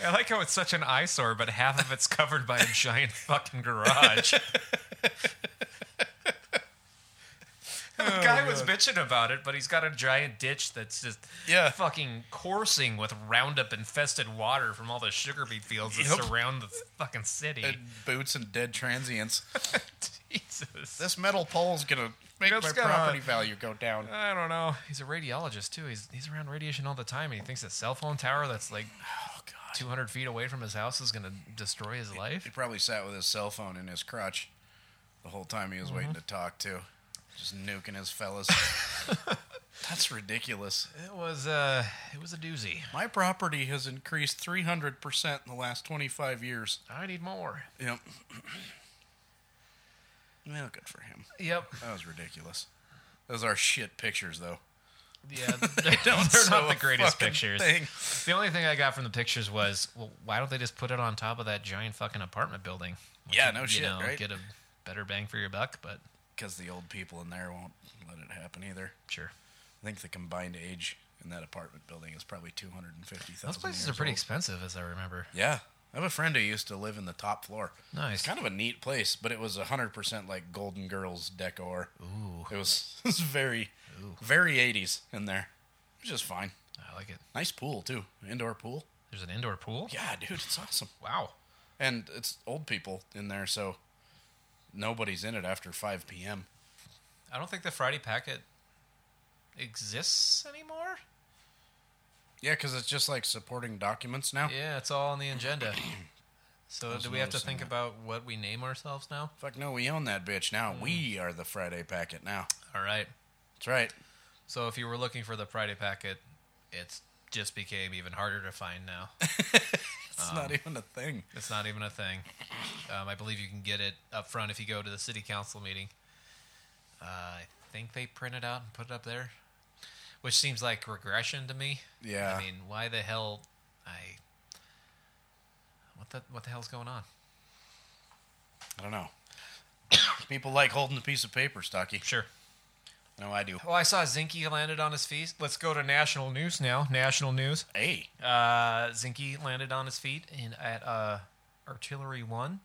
Speaker 1: I like how it's such an eyesore, but half of it's covered by a giant *laughs* fucking *laughs* garage. the guy was bitching about it, but he's got a giant ditch that's just
Speaker 2: Yeah.
Speaker 1: fucking coursing with Roundup infested water from all the sugar beet fields that
Speaker 2: Yep.
Speaker 1: surround the fucking city.
Speaker 2: Dead boots and dead transients.
Speaker 1: *laughs* Jesus.
Speaker 2: This metal pole's gonna make
Speaker 1: That's
Speaker 2: my
Speaker 1: gonna-
Speaker 2: property value go down.
Speaker 1: I don't know. He's a radiologist too. He's he's around radiation all the time, and he thinks that cell phone tower that's like
Speaker 2: Oh god.
Speaker 1: 200 feet away from his house is going to destroy his
Speaker 2: He
Speaker 1: life.
Speaker 2: probably sat with his cell phone in his crotch the whole time he was waiting to talk to. Just nuking his fellas. That's ridiculous.
Speaker 1: It was uh, it was a doozy.
Speaker 2: My property has increased 300% in the last 25 years.
Speaker 1: I need more.
Speaker 2: Yep. *clears throat* well, good for him.
Speaker 1: Yep.
Speaker 2: That was ridiculous. Those are shit pictures, though. *laughs*
Speaker 1: *laughs* Yeah, they're, they're
Speaker 2: So
Speaker 1: not the
Speaker 2: a
Speaker 1: greatest
Speaker 2: fucking
Speaker 1: pictures.
Speaker 2: thing.
Speaker 1: The only thing I got from the pictures was, well, why don't they just put it on top of that giant fucking apartment building? Which
Speaker 2: Yeah,
Speaker 1: would,
Speaker 2: no
Speaker 1: you
Speaker 2: shit,
Speaker 1: know,
Speaker 2: right?
Speaker 1: Get a better bang for your buck, but
Speaker 2: Because the old people in there won't let it happen either.
Speaker 1: sure.
Speaker 2: I think the combined age in that apartment building is probably two hundred and fifty thousand.
Speaker 1: Those places are pretty expensive, as I remember.
Speaker 2: Yeah, I have a friend who used to live in the top floor.
Speaker 1: Nice.
Speaker 2: It's kind of a neat place, but it was hundred percent like Golden Girls decor. Ooh, it was *laughs* it was very very eighties in there. It was just fine.
Speaker 1: I like it.
Speaker 2: Nice pool too, indoor pool.
Speaker 1: There's an indoor pool.
Speaker 2: Yeah, dude, it's awesome.
Speaker 1: Wow.
Speaker 2: and it's old people in there, so nobody's in it after 5 p.m.
Speaker 1: I don't think the Friday packet exists anymore.
Speaker 2: Yeah, because it's just like supporting documents now.
Speaker 1: Yeah, it's all on the agenda. *clears throat* So
Speaker 2: was
Speaker 1: do we have to
Speaker 2: noticing
Speaker 1: think
Speaker 2: that.
Speaker 1: about what we name ourselves now?
Speaker 2: Fuck no, we own that bitch
Speaker 1: Mm.
Speaker 2: now. We are the Friday packet now.
Speaker 1: All right.
Speaker 2: That's right.
Speaker 1: So if you were looking for the Friday packet, it's just became even harder to find *laughs* now.
Speaker 2: It's not even a thing.
Speaker 1: It's not even a thing. Um, I believe you can get it up front if you go to the city council meeting. Uh, I think they print it out and put it up there, which seems like regression to me.
Speaker 2: Yeah.
Speaker 1: I mean, why the hell? I what the what the hell's going on?
Speaker 2: I don't know. *coughs* People like holding a piece of paper, Stocky.
Speaker 1: Sure.
Speaker 2: No, I do.
Speaker 1: Well, I saw Zinke landed on his feet. Let's go to national news now. National news.
Speaker 2: Hey,
Speaker 1: Uh, Zinke landed on his feet in at uh, Artillery One.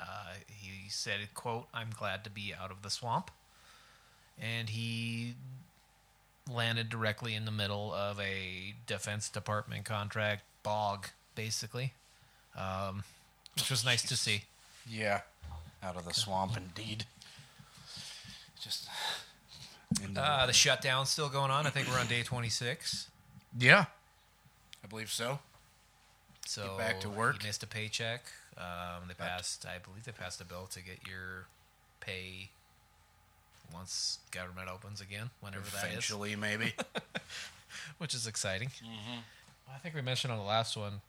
Speaker 1: Uh, he said, "quote I'm glad to be out of the swamp," and he landed directly in the middle of a Defense Department contract bog, basically, um, which was nice to see.
Speaker 2: yeah, out of the swamp, indeed. Just into
Speaker 1: Uh, the shutdown's still going on. I think we're on day 26.
Speaker 2: the- yeah, I believe so.
Speaker 1: So
Speaker 2: back to work.
Speaker 1: You missed a paycheck. Um, they passed, I believe, they passed a bill to get your pay once government opens again, whenever that is,
Speaker 2: Eventually, maybe. *laughs*
Speaker 1: which is exciting. I think we mentioned on the last one,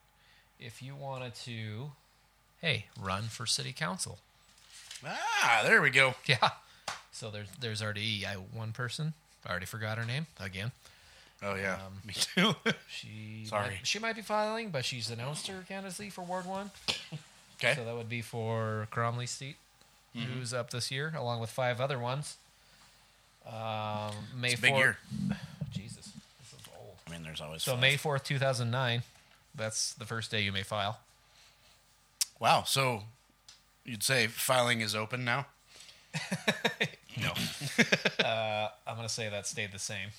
Speaker 1: if you wanted to, hey, run for city council. *laughs*
Speaker 2: ah, there we go.
Speaker 1: Yeah. So there's there's already I, one person. I already forgot her name again.
Speaker 2: Oh yeah,
Speaker 1: Um,
Speaker 2: *laughs* me too.
Speaker 1: She
Speaker 2: Sorry.
Speaker 1: might- she might be filing, but she's announced her candidacy for Ward One.
Speaker 2: okay,
Speaker 1: So that would be for Cromley's seat,
Speaker 2: Mm-hmm.
Speaker 1: who's up this year, along with five other ones. Um, May
Speaker 2: it's a big
Speaker 1: 4th.
Speaker 2: year.
Speaker 1: Jesus, this is old.
Speaker 2: I mean, there's always
Speaker 1: So
Speaker 2: five.
Speaker 1: May fourth, two thousand nine. That's the first day you may file.
Speaker 2: Wow, so you'd say filing is open
Speaker 1: *laughs*
Speaker 2: now? no,
Speaker 1: I'm gonna say that stayed the same.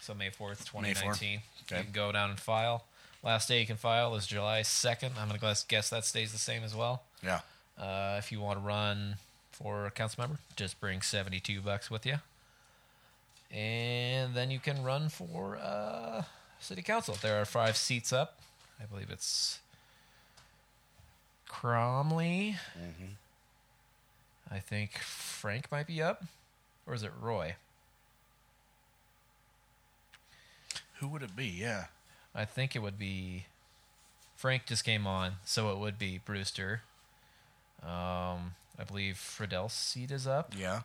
Speaker 1: So May fourth, twenty
Speaker 2: May 4th.
Speaker 1: nineteen.
Speaker 2: Okay.
Speaker 1: You can go down and file. Last day you can file is July second. I'm gonna guess- guess that stays the same as well.
Speaker 2: yeah,
Speaker 1: Uh, if you want to run for a council member, just bring 72 bucks with you. And then you can run for uh, city council. There are five seats up. I believe it's Cromley. I think Frank might be up. Or is it Roy?
Speaker 2: who would it be? Yeah,
Speaker 1: I think it would be Frank just came on, so it would be Brewster. Um, I believe Friedel's seat is up.
Speaker 2: yeah,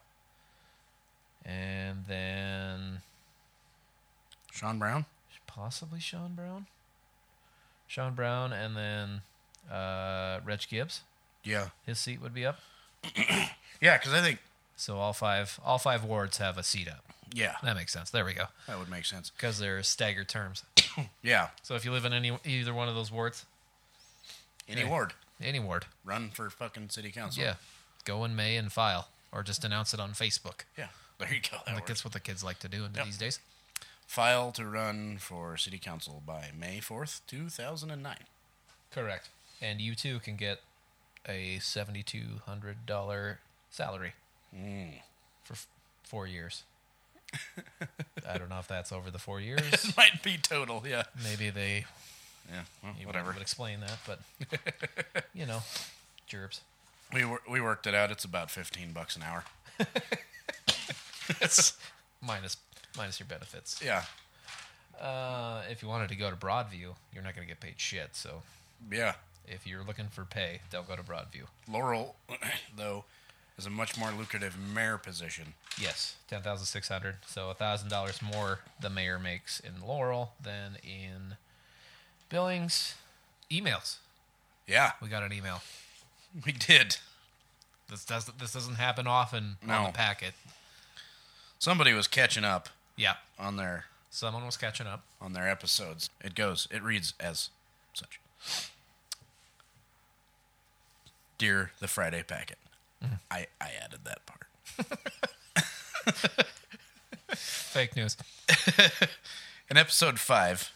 Speaker 1: And then
Speaker 2: Sean Brown.
Speaker 1: possibly Sean Brown. Sean Brown and then uh, Reg Gibbs.
Speaker 2: Yeah,
Speaker 1: His seat would be up.
Speaker 2: yeah, because I think
Speaker 1: So all five all five wards have a seat up.
Speaker 2: yeah,
Speaker 1: That makes sense. There we go.
Speaker 2: that would make sense.
Speaker 1: Because they're staggered terms.
Speaker 2: Yeah,
Speaker 1: So if you live in any either one of those wards,
Speaker 2: any
Speaker 1: Okay.
Speaker 2: ward,
Speaker 1: any ward,
Speaker 2: run for fucking city council.
Speaker 1: yeah, go in May and file, or just announce it on Facebook.
Speaker 2: yeah. There you go. That
Speaker 1: Like
Speaker 2: works.
Speaker 1: that's what the kids like to do in
Speaker 2: Yep.
Speaker 1: these days.
Speaker 2: File to run for city council by May 4th, 2009.
Speaker 1: Correct. And you too can get a seventy two hundred dollar salary for f- four years. I don't know if that's over the four years.
Speaker 2: *laughs* Might be total, yeah.
Speaker 1: Maybe they
Speaker 2: Yeah, well,
Speaker 1: you
Speaker 2: whatever.
Speaker 1: would explain that, but you know, gerbs.
Speaker 2: We wor- we worked it out. It's about 15 bucks an hour.
Speaker 1: It's minus minus your benefits.
Speaker 2: Yeah.
Speaker 1: Uh, if you wanted to go to Broadview, you're not going to get paid shit. So
Speaker 2: Yeah.
Speaker 1: if you're looking for pay, they'll go to Broadview.
Speaker 2: Laurel *clears throat* though is a much more lucrative mayor position.
Speaker 1: Yes, ten thousand six hundred. So thousand dollars more the mayor makes in Laurel than in Billings. Emails.
Speaker 2: Yeah,
Speaker 1: We got an email.
Speaker 2: we did.
Speaker 1: This doesn't this doesn't happen often on
Speaker 2: No.
Speaker 1: the packet.
Speaker 2: Somebody was catching up
Speaker 1: Yeah.
Speaker 2: on their
Speaker 1: Someone was catching up.
Speaker 2: on their episodes. It goes. It reads as such. Dear the Friday packet. I I added that part.
Speaker 1: Fake news.
Speaker 2: In episode 5,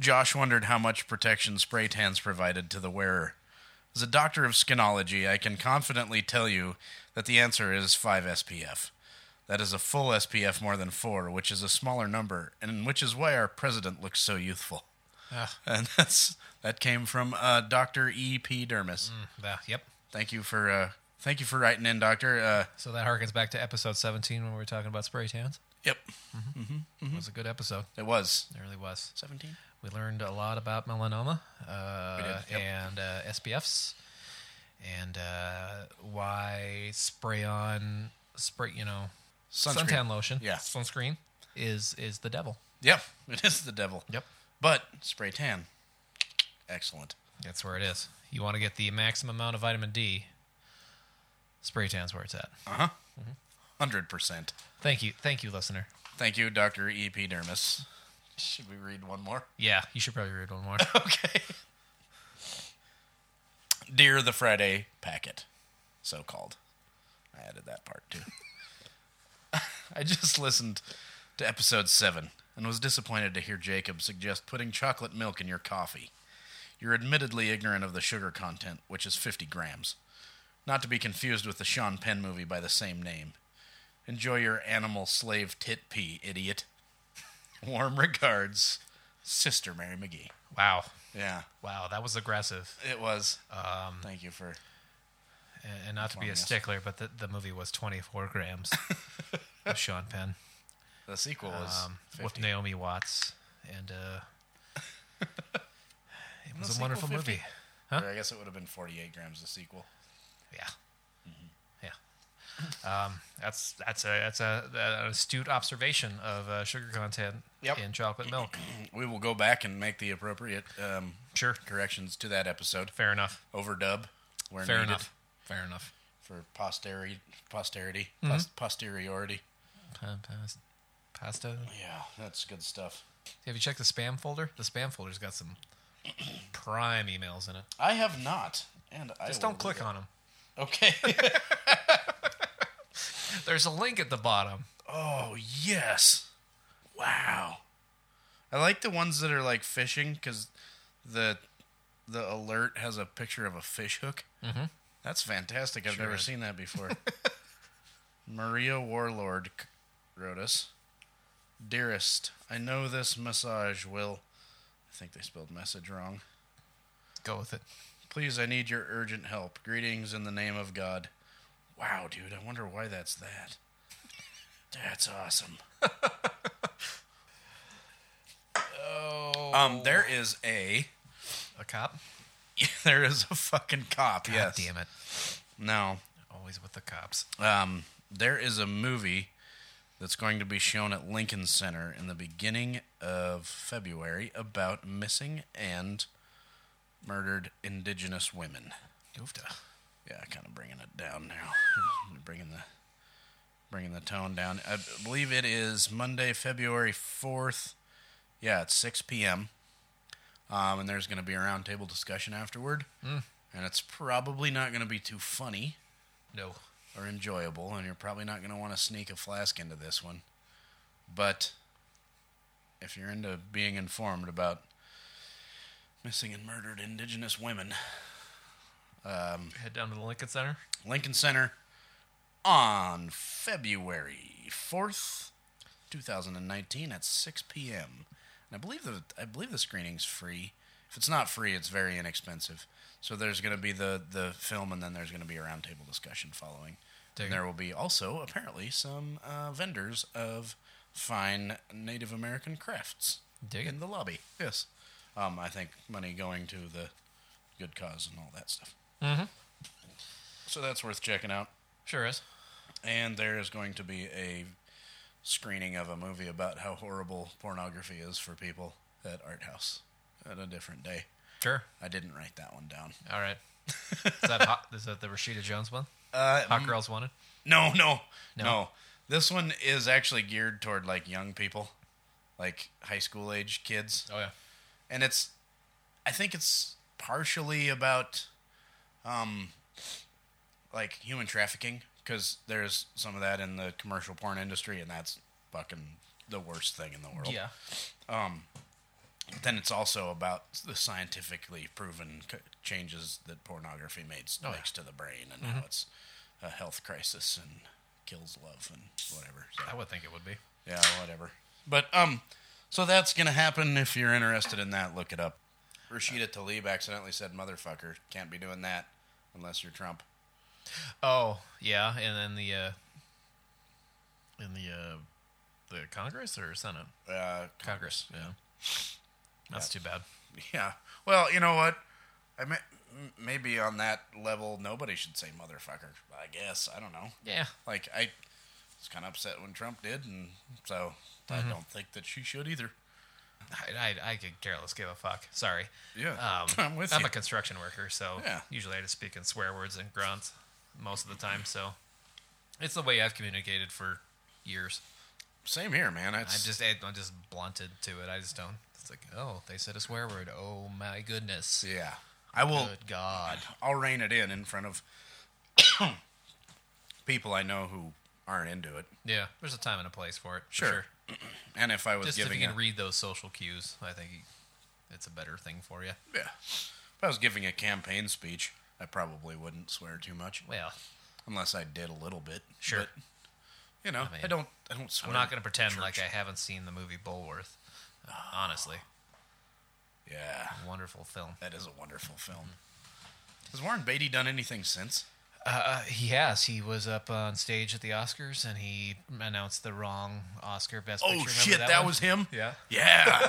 Speaker 2: Josh wondered how much protection spray tans provided to the wearer. As a doctor of skinology, I can confidently tell you that the answer is 5 SPF. That is a full SPF more than 4, which is a smaller number, and which is why our president looks so youthful. *laughs* And that's that came from uh, Dr. E. P. Dermis.
Speaker 1: Mm, Yeah, yep.
Speaker 2: Thank you for uh, thank you for writing in, Doctor. Uh,
Speaker 1: So that harkens back to episode 17 when we were talking about spray tans.
Speaker 2: yep,
Speaker 1: It was a good episode.
Speaker 2: it was
Speaker 1: It really was.
Speaker 2: seventeen.
Speaker 1: We learned a lot about melanoma uh,
Speaker 2: did, yep.
Speaker 1: and uh, SPFs and uh, why spray on spray, you know,
Speaker 2: Sunscreen.
Speaker 1: suntan lotion,
Speaker 2: Yeah.
Speaker 1: sunscreen is is the devil.
Speaker 2: Yep, it is the devil.
Speaker 1: Yep.
Speaker 2: But spray tan, excellent.
Speaker 1: That's where it is. You want to get the maximum amount of vitamin D. Spray tan's where it's at.
Speaker 2: Hundred percent.
Speaker 1: Thank you, thank you, listener.
Speaker 2: Thank you, Doctor E. P. Dermis. Should we read one more?
Speaker 1: Yeah, you should probably read one more.
Speaker 2: *laughs* Okay. Dear the Friday Packet, so called. I added that part too. *laughs* I just listened to episode 7 and was disappointed to hear Jacob suggest putting chocolate milk in your coffee. You're admittedly ignorant of the sugar content, which is 50 grams. Not to be confused with the Sean Penn movie by the same name. Enjoy your animal slave tit pee, idiot. *laughs* Warm regards, Sister Mary McGee.
Speaker 1: wow,
Speaker 2: Yeah,
Speaker 1: wow, that was aggressive.
Speaker 2: it was. Um, Thank you for.
Speaker 1: and, and not to be a
Speaker 2: Informing us.
Speaker 1: stickler, but the, the movie was 24 grams of Sean Penn
Speaker 2: The sequel was
Speaker 1: um, with
Speaker 2: 50.
Speaker 1: Naomi Watts, and
Speaker 2: *laughs*
Speaker 1: uh, it was
Speaker 2: sequel
Speaker 1: a wonderful
Speaker 2: 50?
Speaker 1: movie.
Speaker 2: Or I guess it would have been 48 grams. The sequel.
Speaker 1: Yeah, Mm-hmm. yeah. Um, that's that's a that's a, an astute observation of uh, sugar content
Speaker 2: Yep.
Speaker 1: in chocolate milk.
Speaker 2: We will go back and make the appropriate um,
Speaker 1: Sure.
Speaker 2: corrections to that episode.
Speaker 1: Fair enough.
Speaker 2: Overdub where
Speaker 1: Fair
Speaker 2: needed
Speaker 1: enough. Fair enough.
Speaker 2: for posterity, posterity,
Speaker 1: Mm-hmm.
Speaker 2: pos- posteriority.
Speaker 1: Pa- pas- Pasta.
Speaker 2: Yeah, that's good stuff.
Speaker 1: Have you checked the spam folder? The spam folder's got *clears throat* some prime emails in it.
Speaker 2: I have not, and I
Speaker 1: Just
Speaker 2: will
Speaker 1: don't click
Speaker 2: read
Speaker 1: on them.
Speaker 2: it. Okay. *laughs*
Speaker 1: There's a link at the bottom.
Speaker 2: oh yes, wow. I like the ones that are like fishing because the the alert has a picture of a fish hook. Mm-hmm. That's fantastic. I've never
Speaker 1: is.
Speaker 2: seen that before. Maria Warlord c- wrote us, dearest. I know this massage will. I think they spelled message wrong.
Speaker 1: Go with it.
Speaker 2: Please, I need your urgent help. Greetings in the name of God. Wow, dude, I wonder why that's that. That's awesome.
Speaker 1: Oh,
Speaker 2: Um, there is a *laughs*
Speaker 1: a cop.
Speaker 2: there is a fucking cop. yes.
Speaker 1: damn it!
Speaker 2: No.
Speaker 1: Always with the cops.
Speaker 2: Um, there is a movie that's going to be shown at Lincoln Center in the beginning of February about missing and murdered indigenous women.
Speaker 1: Oofta.
Speaker 2: Yeah, kind of bringing it down now. *laughs* bringing the bringing the tone down. I b- believe it is Monday, February fourth. Yeah, it's six p.m. Um, and there's going to be a roundtable discussion afterward, and it's probably not going to be too funny
Speaker 1: No.
Speaker 2: or enjoyable, and you're probably not going to want to sneak a flask into this one. But if you're into being informed about missing and murdered indigenous women,
Speaker 1: Head down to the Lincoln Center.
Speaker 2: Lincoln Center on February 4th, 2019 at 6 p.m. And I believe the I believe the screening's free. If it's not free, it's very inexpensive. So there's going to be the the film and then there's going to be a roundtable discussion following.
Speaker 1: Dig
Speaker 2: and
Speaker 1: it.
Speaker 2: there will be also apparently some uh, vendors of fine Native American crafts
Speaker 1: Dig
Speaker 2: in
Speaker 1: it.
Speaker 2: the lobby. Yes. Um, I think money going to the good cause and all that stuff. So that's worth checking out.
Speaker 1: Sure is.
Speaker 2: And there is going to be a screening of a movie about how horrible pornography is for people at Art House at a different day.
Speaker 1: Sure.
Speaker 2: I didn't write that one down.
Speaker 1: All *laughs* right. Is that, hot, is that the Rashida Jones one?
Speaker 2: Uh,
Speaker 1: Hot Girls Wanted.
Speaker 2: no, no,
Speaker 1: No.
Speaker 2: no, This one is actually geared toward like young people, like high school age kids.
Speaker 1: Oh yeah.
Speaker 2: and it's i think it's partially about um like human trafficking because there's some of that in the commercial
Speaker 1: Oh.
Speaker 2: porn industry and that's fucking the worst thing in the world
Speaker 1: Yeah.
Speaker 2: then it's also about the scientifically proven c- changes that pornography makes, makes to the brain and how it's a health crisis and kills love and whatever. So,
Speaker 1: I would think it would be.
Speaker 2: yeah, whatever. But um, so that's gonna happen. If you're interested in that, look it up. Rashida Tlaib accidentally said "motherfucker." Can't be doing that unless you're Trump.
Speaker 1: Oh yeah, and then the uh, in the uh, the Congress or Senate
Speaker 2: Uh, *laughs*
Speaker 1: Congress. Yeah, that's too bad.
Speaker 2: yeah. Well, you know what? I may, m- maybe on that level, nobody should say "motherfucker." I guess I don't know.
Speaker 1: Yeah,
Speaker 2: Like I was kind of upset when Trump did, and so
Speaker 1: Mm-hmm.
Speaker 2: I don't think that she should either.
Speaker 1: I, I, I could care less give a fuck. Sorry.
Speaker 2: Yeah,
Speaker 1: Um,
Speaker 2: *laughs* I'm with you.
Speaker 1: a construction worker, so
Speaker 2: Yeah.
Speaker 1: usually I just speak in swear words and grunts most of the time. So it's the way I've communicated for years.
Speaker 2: Same here, man.
Speaker 1: I
Speaker 2: It's,
Speaker 1: just I, I'm just blunted to it. I just don't. It's like oh they said a swear word. Oh my goodness.
Speaker 2: yeah. I will.
Speaker 1: Good God.
Speaker 2: I'll rein it in in front of *coughs* people I know who aren't into it.
Speaker 1: Yeah, there's a time and a place for it. for
Speaker 2: Sure. And if I was
Speaker 1: Just if
Speaker 2: giving
Speaker 1: you can
Speaker 2: a,
Speaker 1: read those social cues, I think it's a better thing for you.
Speaker 2: yeah, if I was giving a campaign speech, I probably wouldn't swear too much
Speaker 1: Well,
Speaker 2: unless I did a little bit.
Speaker 1: Sure.
Speaker 2: But, you know, I,
Speaker 1: mean,
Speaker 2: don't. I don't swear.
Speaker 1: I'm not going to pretend
Speaker 2: Church.
Speaker 1: like I haven't seen the movie Bullworth. Honestly,
Speaker 2: Yeah,
Speaker 1: wonderful film.
Speaker 2: that is a wonderful film. Has Warren Beatty done anything since?
Speaker 1: Uh, he has. He was up on stage at the Oscars and he announced the wrong Oscar Best Picture.
Speaker 2: Oh
Speaker 1: Remember
Speaker 2: shit, that,
Speaker 1: one?
Speaker 2: was him.
Speaker 1: Yeah.
Speaker 2: Yeah.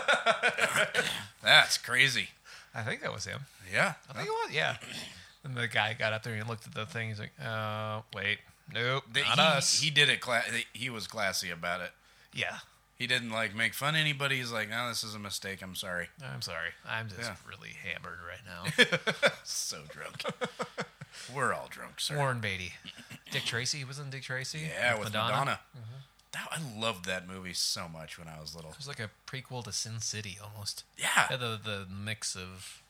Speaker 2: *laughs* That's crazy.
Speaker 1: I think that was him.
Speaker 2: Yeah.
Speaker 1: I think it was. Yeah. And the guy got up there and looked at the thing. He's like, "Uh, wait, nope,
Speaker 2: Th-
Speaker 1: not
Speaker 2: he,
Speaker 1: us."
Speaker 2: he did it. Cla- he was classy about it.
Speaker 1: yeah.
Speaker 2: He didn't like make fun of anybody. He's like, no, this is a mistake. I'm sorry. *laughs*
Speaker 1: I'm sorry. I'm just
Speaker 2: Yeah.
Speaker 1: really hammered right
Speaker 2: *laughs*
Speaker 1: now.
Speaker 2: So *laughs* drunk. We're all drunk, sir.
Speaker 1: Warren Beatty, Dick Tracy. He was in Dick Tracy.
Speaker 2: yeah, with Madonna. Mm-hmm. That- I loved that movie so much when I was little.
Speaker 1: It was like a prequel to Sin City almost.
Speaker 2: Yeah,
Speaker 1: Had the the mix of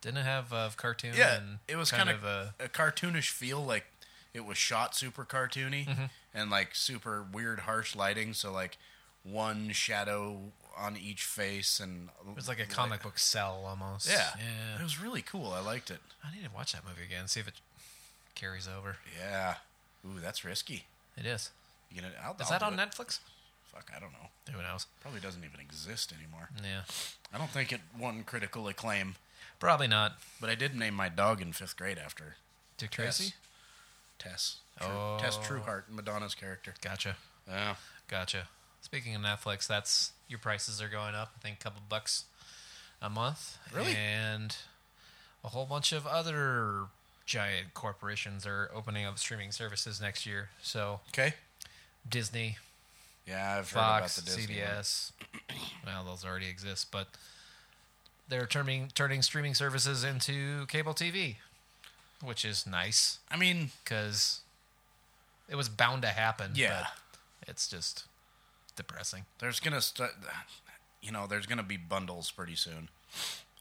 Speaker 1: didn't it have uh, cartoon.
Speaker 2: yeah.
Speaker 1: and
Speaker 2: It was
Speaker 1: kind,
Speaker 2: kind, of,
Speaker 1: of
Speaker 2: a, cartoonish feel. Like it was shot super cartoony
Speaker 1: Mm-hmm.
Speaker 2: and like super weird, harsh lighting. So like one shadow on each face, and
Speaker 1: It was like a comic book cell almost.
Speaker 2: Yeah, It
Speaker 1: yeah.
Speaker 2: was really cool. I liked it.
Speaker 1: I need to watch that movie again. See if it carries over.
Speaker 2: Yeah. Ooh, that's risky.
Speaker 1: It is.
Speaker 2: You gonna? I'll,
Speaker 1: Is
Speaker 2: I'll
Speaker 1: that on
Speaker 2: do it.
Speaker 1: Netflix?
Speaker 2: Fuck, I don't know.
Speaker 1: Who knows?
Speaker 2: Probably doesn't even exist anymore.
Speaker 1: Yeah,
Speaker 2: I don't think it won critical acclaim,
Speaker 1: probably not.
Speaker 2: but I did name my dog in fifth grade after
Speaker 1: Dick Tracy.
Speaker 2: Tess. Tess. Tru-
Speaker 1: Oh.
Speaker 2: Tess Trueheart, Madonna's character.
Speaker 1: Gotcha.
Speaker 2: Yeah.
Speaker 1: Gotcha. Speaking of Netflix, that's your prices are going up. I think a couple bucks a month.
Speaker 2: Really?
Speaker 1: And a whole bunch of other giant corporations are opening up streaming services next year. So
Speaker 2: Okay.
Speaker 1: Disney,
Speaker 2: Yeah, I've
Speaker 1: Fox,
Speaker 2: heard about the Disney. one.
Speaker 1: CBS. *clears throat* well, those already exist, but they're turning turning streaming services into cable TV, which is nice
Speaker 2: I mean,
Speaker 1: because it was bound to happen.
Speaker 2: Yeah.
Speaker 1: but it's just depressing.
Speaker 2: there's gonna st- you know, there's gonna be bundles pretty soon.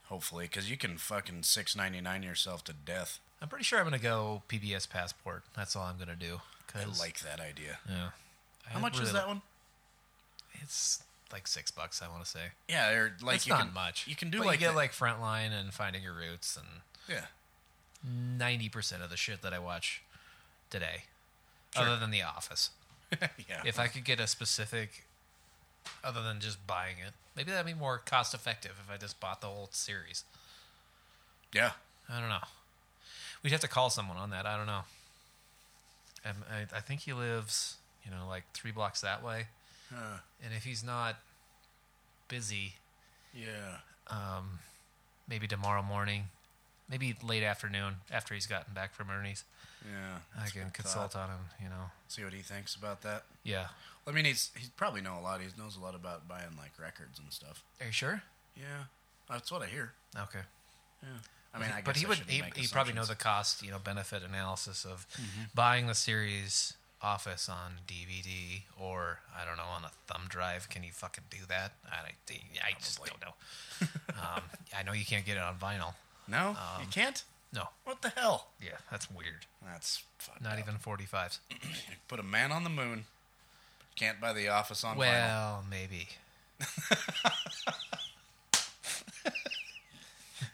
Speaker 2: Hopefully, because you can fucking six ninety nine yourself to death.
Speaker 1: I'm pretty sure I'm gonna go PBS Passport. That's all I'm gonna do.
Speaker 2: I
Speaker 1: 'cause-
Speaker 2: like that idea.
Speaker 1: Yeah.
Speaker 2: How much is that one?
Speaker 1: It's like six bucks. I want to say.
Speaker 2: Yeah, or like
Speaker 1: it's
Speaker 2: you
Speaker 1: not
Speaker 2: can,
Speaker 1: much.
Speaker 2: You can do
Speaker 1: but
Speaker 2: like
Speaker 1: you get
Speaker 2: that-
Speaker 1: like Frontline and Finding Your Roots and
Speaker 2: yeah, *laughs*
Speaker 1: ninety percent of the shit that I watch today, other than The Office.
Speaker 2: yeah.
Speaker 1: If I could get a specific, other than just buying it, maybe that'd be more cost effective if I just bought the whole series.
Speaker 2: Yeah.
Speaker 1: I don't know. We'd have to call someone on that. I don't know. Um, I, I think he lives, you know, like three blocks that way.
Speaker 2: Uh,
Speaker 1: And if he's not busy, um,
Speaker 2: Yeah.
Speaker 1: maybe tomorrow morning, maybe late afternoon after he's gotten back from Ernie's,
Speaker 2: Yeah.
Speaker 1: I can consult on him, you know.
Speaker 2: See what he thinks about that.
Speaker 1: Yeah.
Speaker 2: I mean, he's he's probably know a lot. He knows a lot about buying like records and stuff.
Speaker 1: Are you sure?
Speaker 2: Yeah, that's what I hear.
Speaker 1: Okay.
Speaker 2: I mean, I
Speaker 1: but
Speaker 2: guess
Speaker 1: he
Speaker 2: I
Speaker 1: would
Speaker 2: shouldn't
Speaker 1: he
Speaker 2: make
Speaker 1: he probably know the
Speaker 2: assumptions. Mm-hmm.
Speaker 1: cost, you know, benefit analysis of buying the series Office on DVD or I don't know on a thumb drive. Can you fucking do that? I don't- I just don't know. *laughs* um, I know you can't get it on vinyl.
Speaker 2: No, you
Speaker 1: Um,
Speaker 2: can't.
Speaker 1: No.
Speaker 2: What the hell?
Speaker 1: Yeah, that's weird.
Speaker 2: That's fucked
Speaker 1: Not
Speaker 2: up.
Speaker 1: even 45s.
Speaker 2: put a man on the moon. Can't buy the office on vinyl.
Speaker 1: Well, maybe.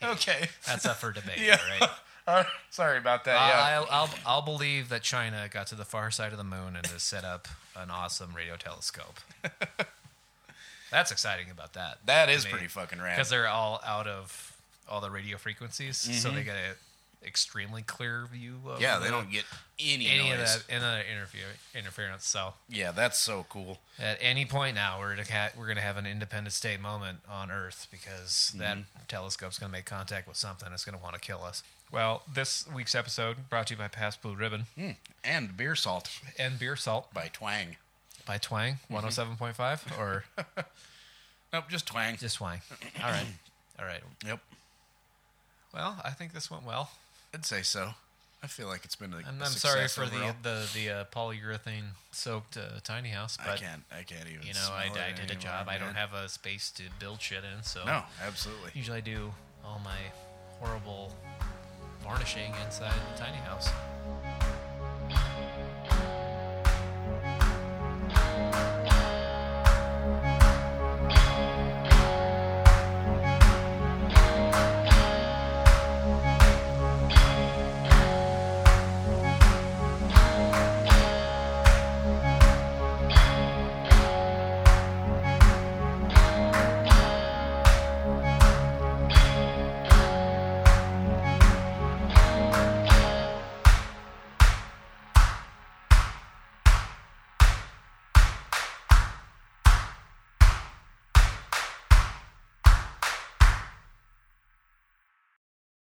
Speaker 2: Okay. *laughs*
Speaker 1: That's up for debate,
Speaker 2: Yeah.
Speaker 1: right?
Speaker 2: Uh, sorry about that. Uh, yeah.
Speaker 1: I'll, I'll, I'll believe that China got to the far side of the moon and has set up an awesome radio
Speaker 2: *laughs*
Speaker 1: telescope. That's exciting about that.
Speaker 2: That is pretty fucking rad.
Speaker 1: Because they're all out of all the radio frequencies, so they get an extremely clear view of
Speaker 2: Mm-hmm. yeah,
Speaker 1: the-
Speaker 2: they don't get any,
Speaker 1: any
Speaker 2: noise.
Speaker 1: of that any of that interfere, interference. So
Speaker 2: Yeah, that's so cool.
Speaker 1: at any point now, we're gonna ha- we're gonna have an independent state moment on Earth because that
Speaker 2: Mm-hmm.
Speaker 1: telescope's gonna make contact with something that's gonna want to kill us. Well, this week's episode brought to you by Past Blue Ribbon
Speaker 2: And beer salt
Speaker 1: and Beer Salt
Speaker 2: by Twang.
Speaker 1: by Twang
Speaker 2: Mm-hmm.
Speaker 1: 107.5
Speaker 2: *laughs*
Speaker 1: or
Speaker 2: Nope, just Twang.
Speaker 1: just Twang. All right. All right.
Speaker 2: yep,
Speaker 1: Well, I think this went well.
Speaker 2: I'd say so. I feel like it's been a
Speaker 1: And
Speaker 2: a
Speaker 1: I'm sorry
Speaker 2: success
Speaker 1: for
Speaker 2: overall.
Speaker 1: the the the uh, polyurethane soaked uh, tiny house,
Speaker 2: I
Speaker 1: but
Speaker 2: can't. I can't even.
Speaker 1: you know, I,
Speaker 2: smell
Speaker 1: I
Speaker 2: it
Speaker 1: did a
Speaker 2: anymore,
Speaker 1: job. I
Speaker 2: man.
Speaker 1: don't have a space to build shit in, so
Speaker 2: No, absolutely.
Speaker 1: usually I do all my horrible varnishing inside the tiny house.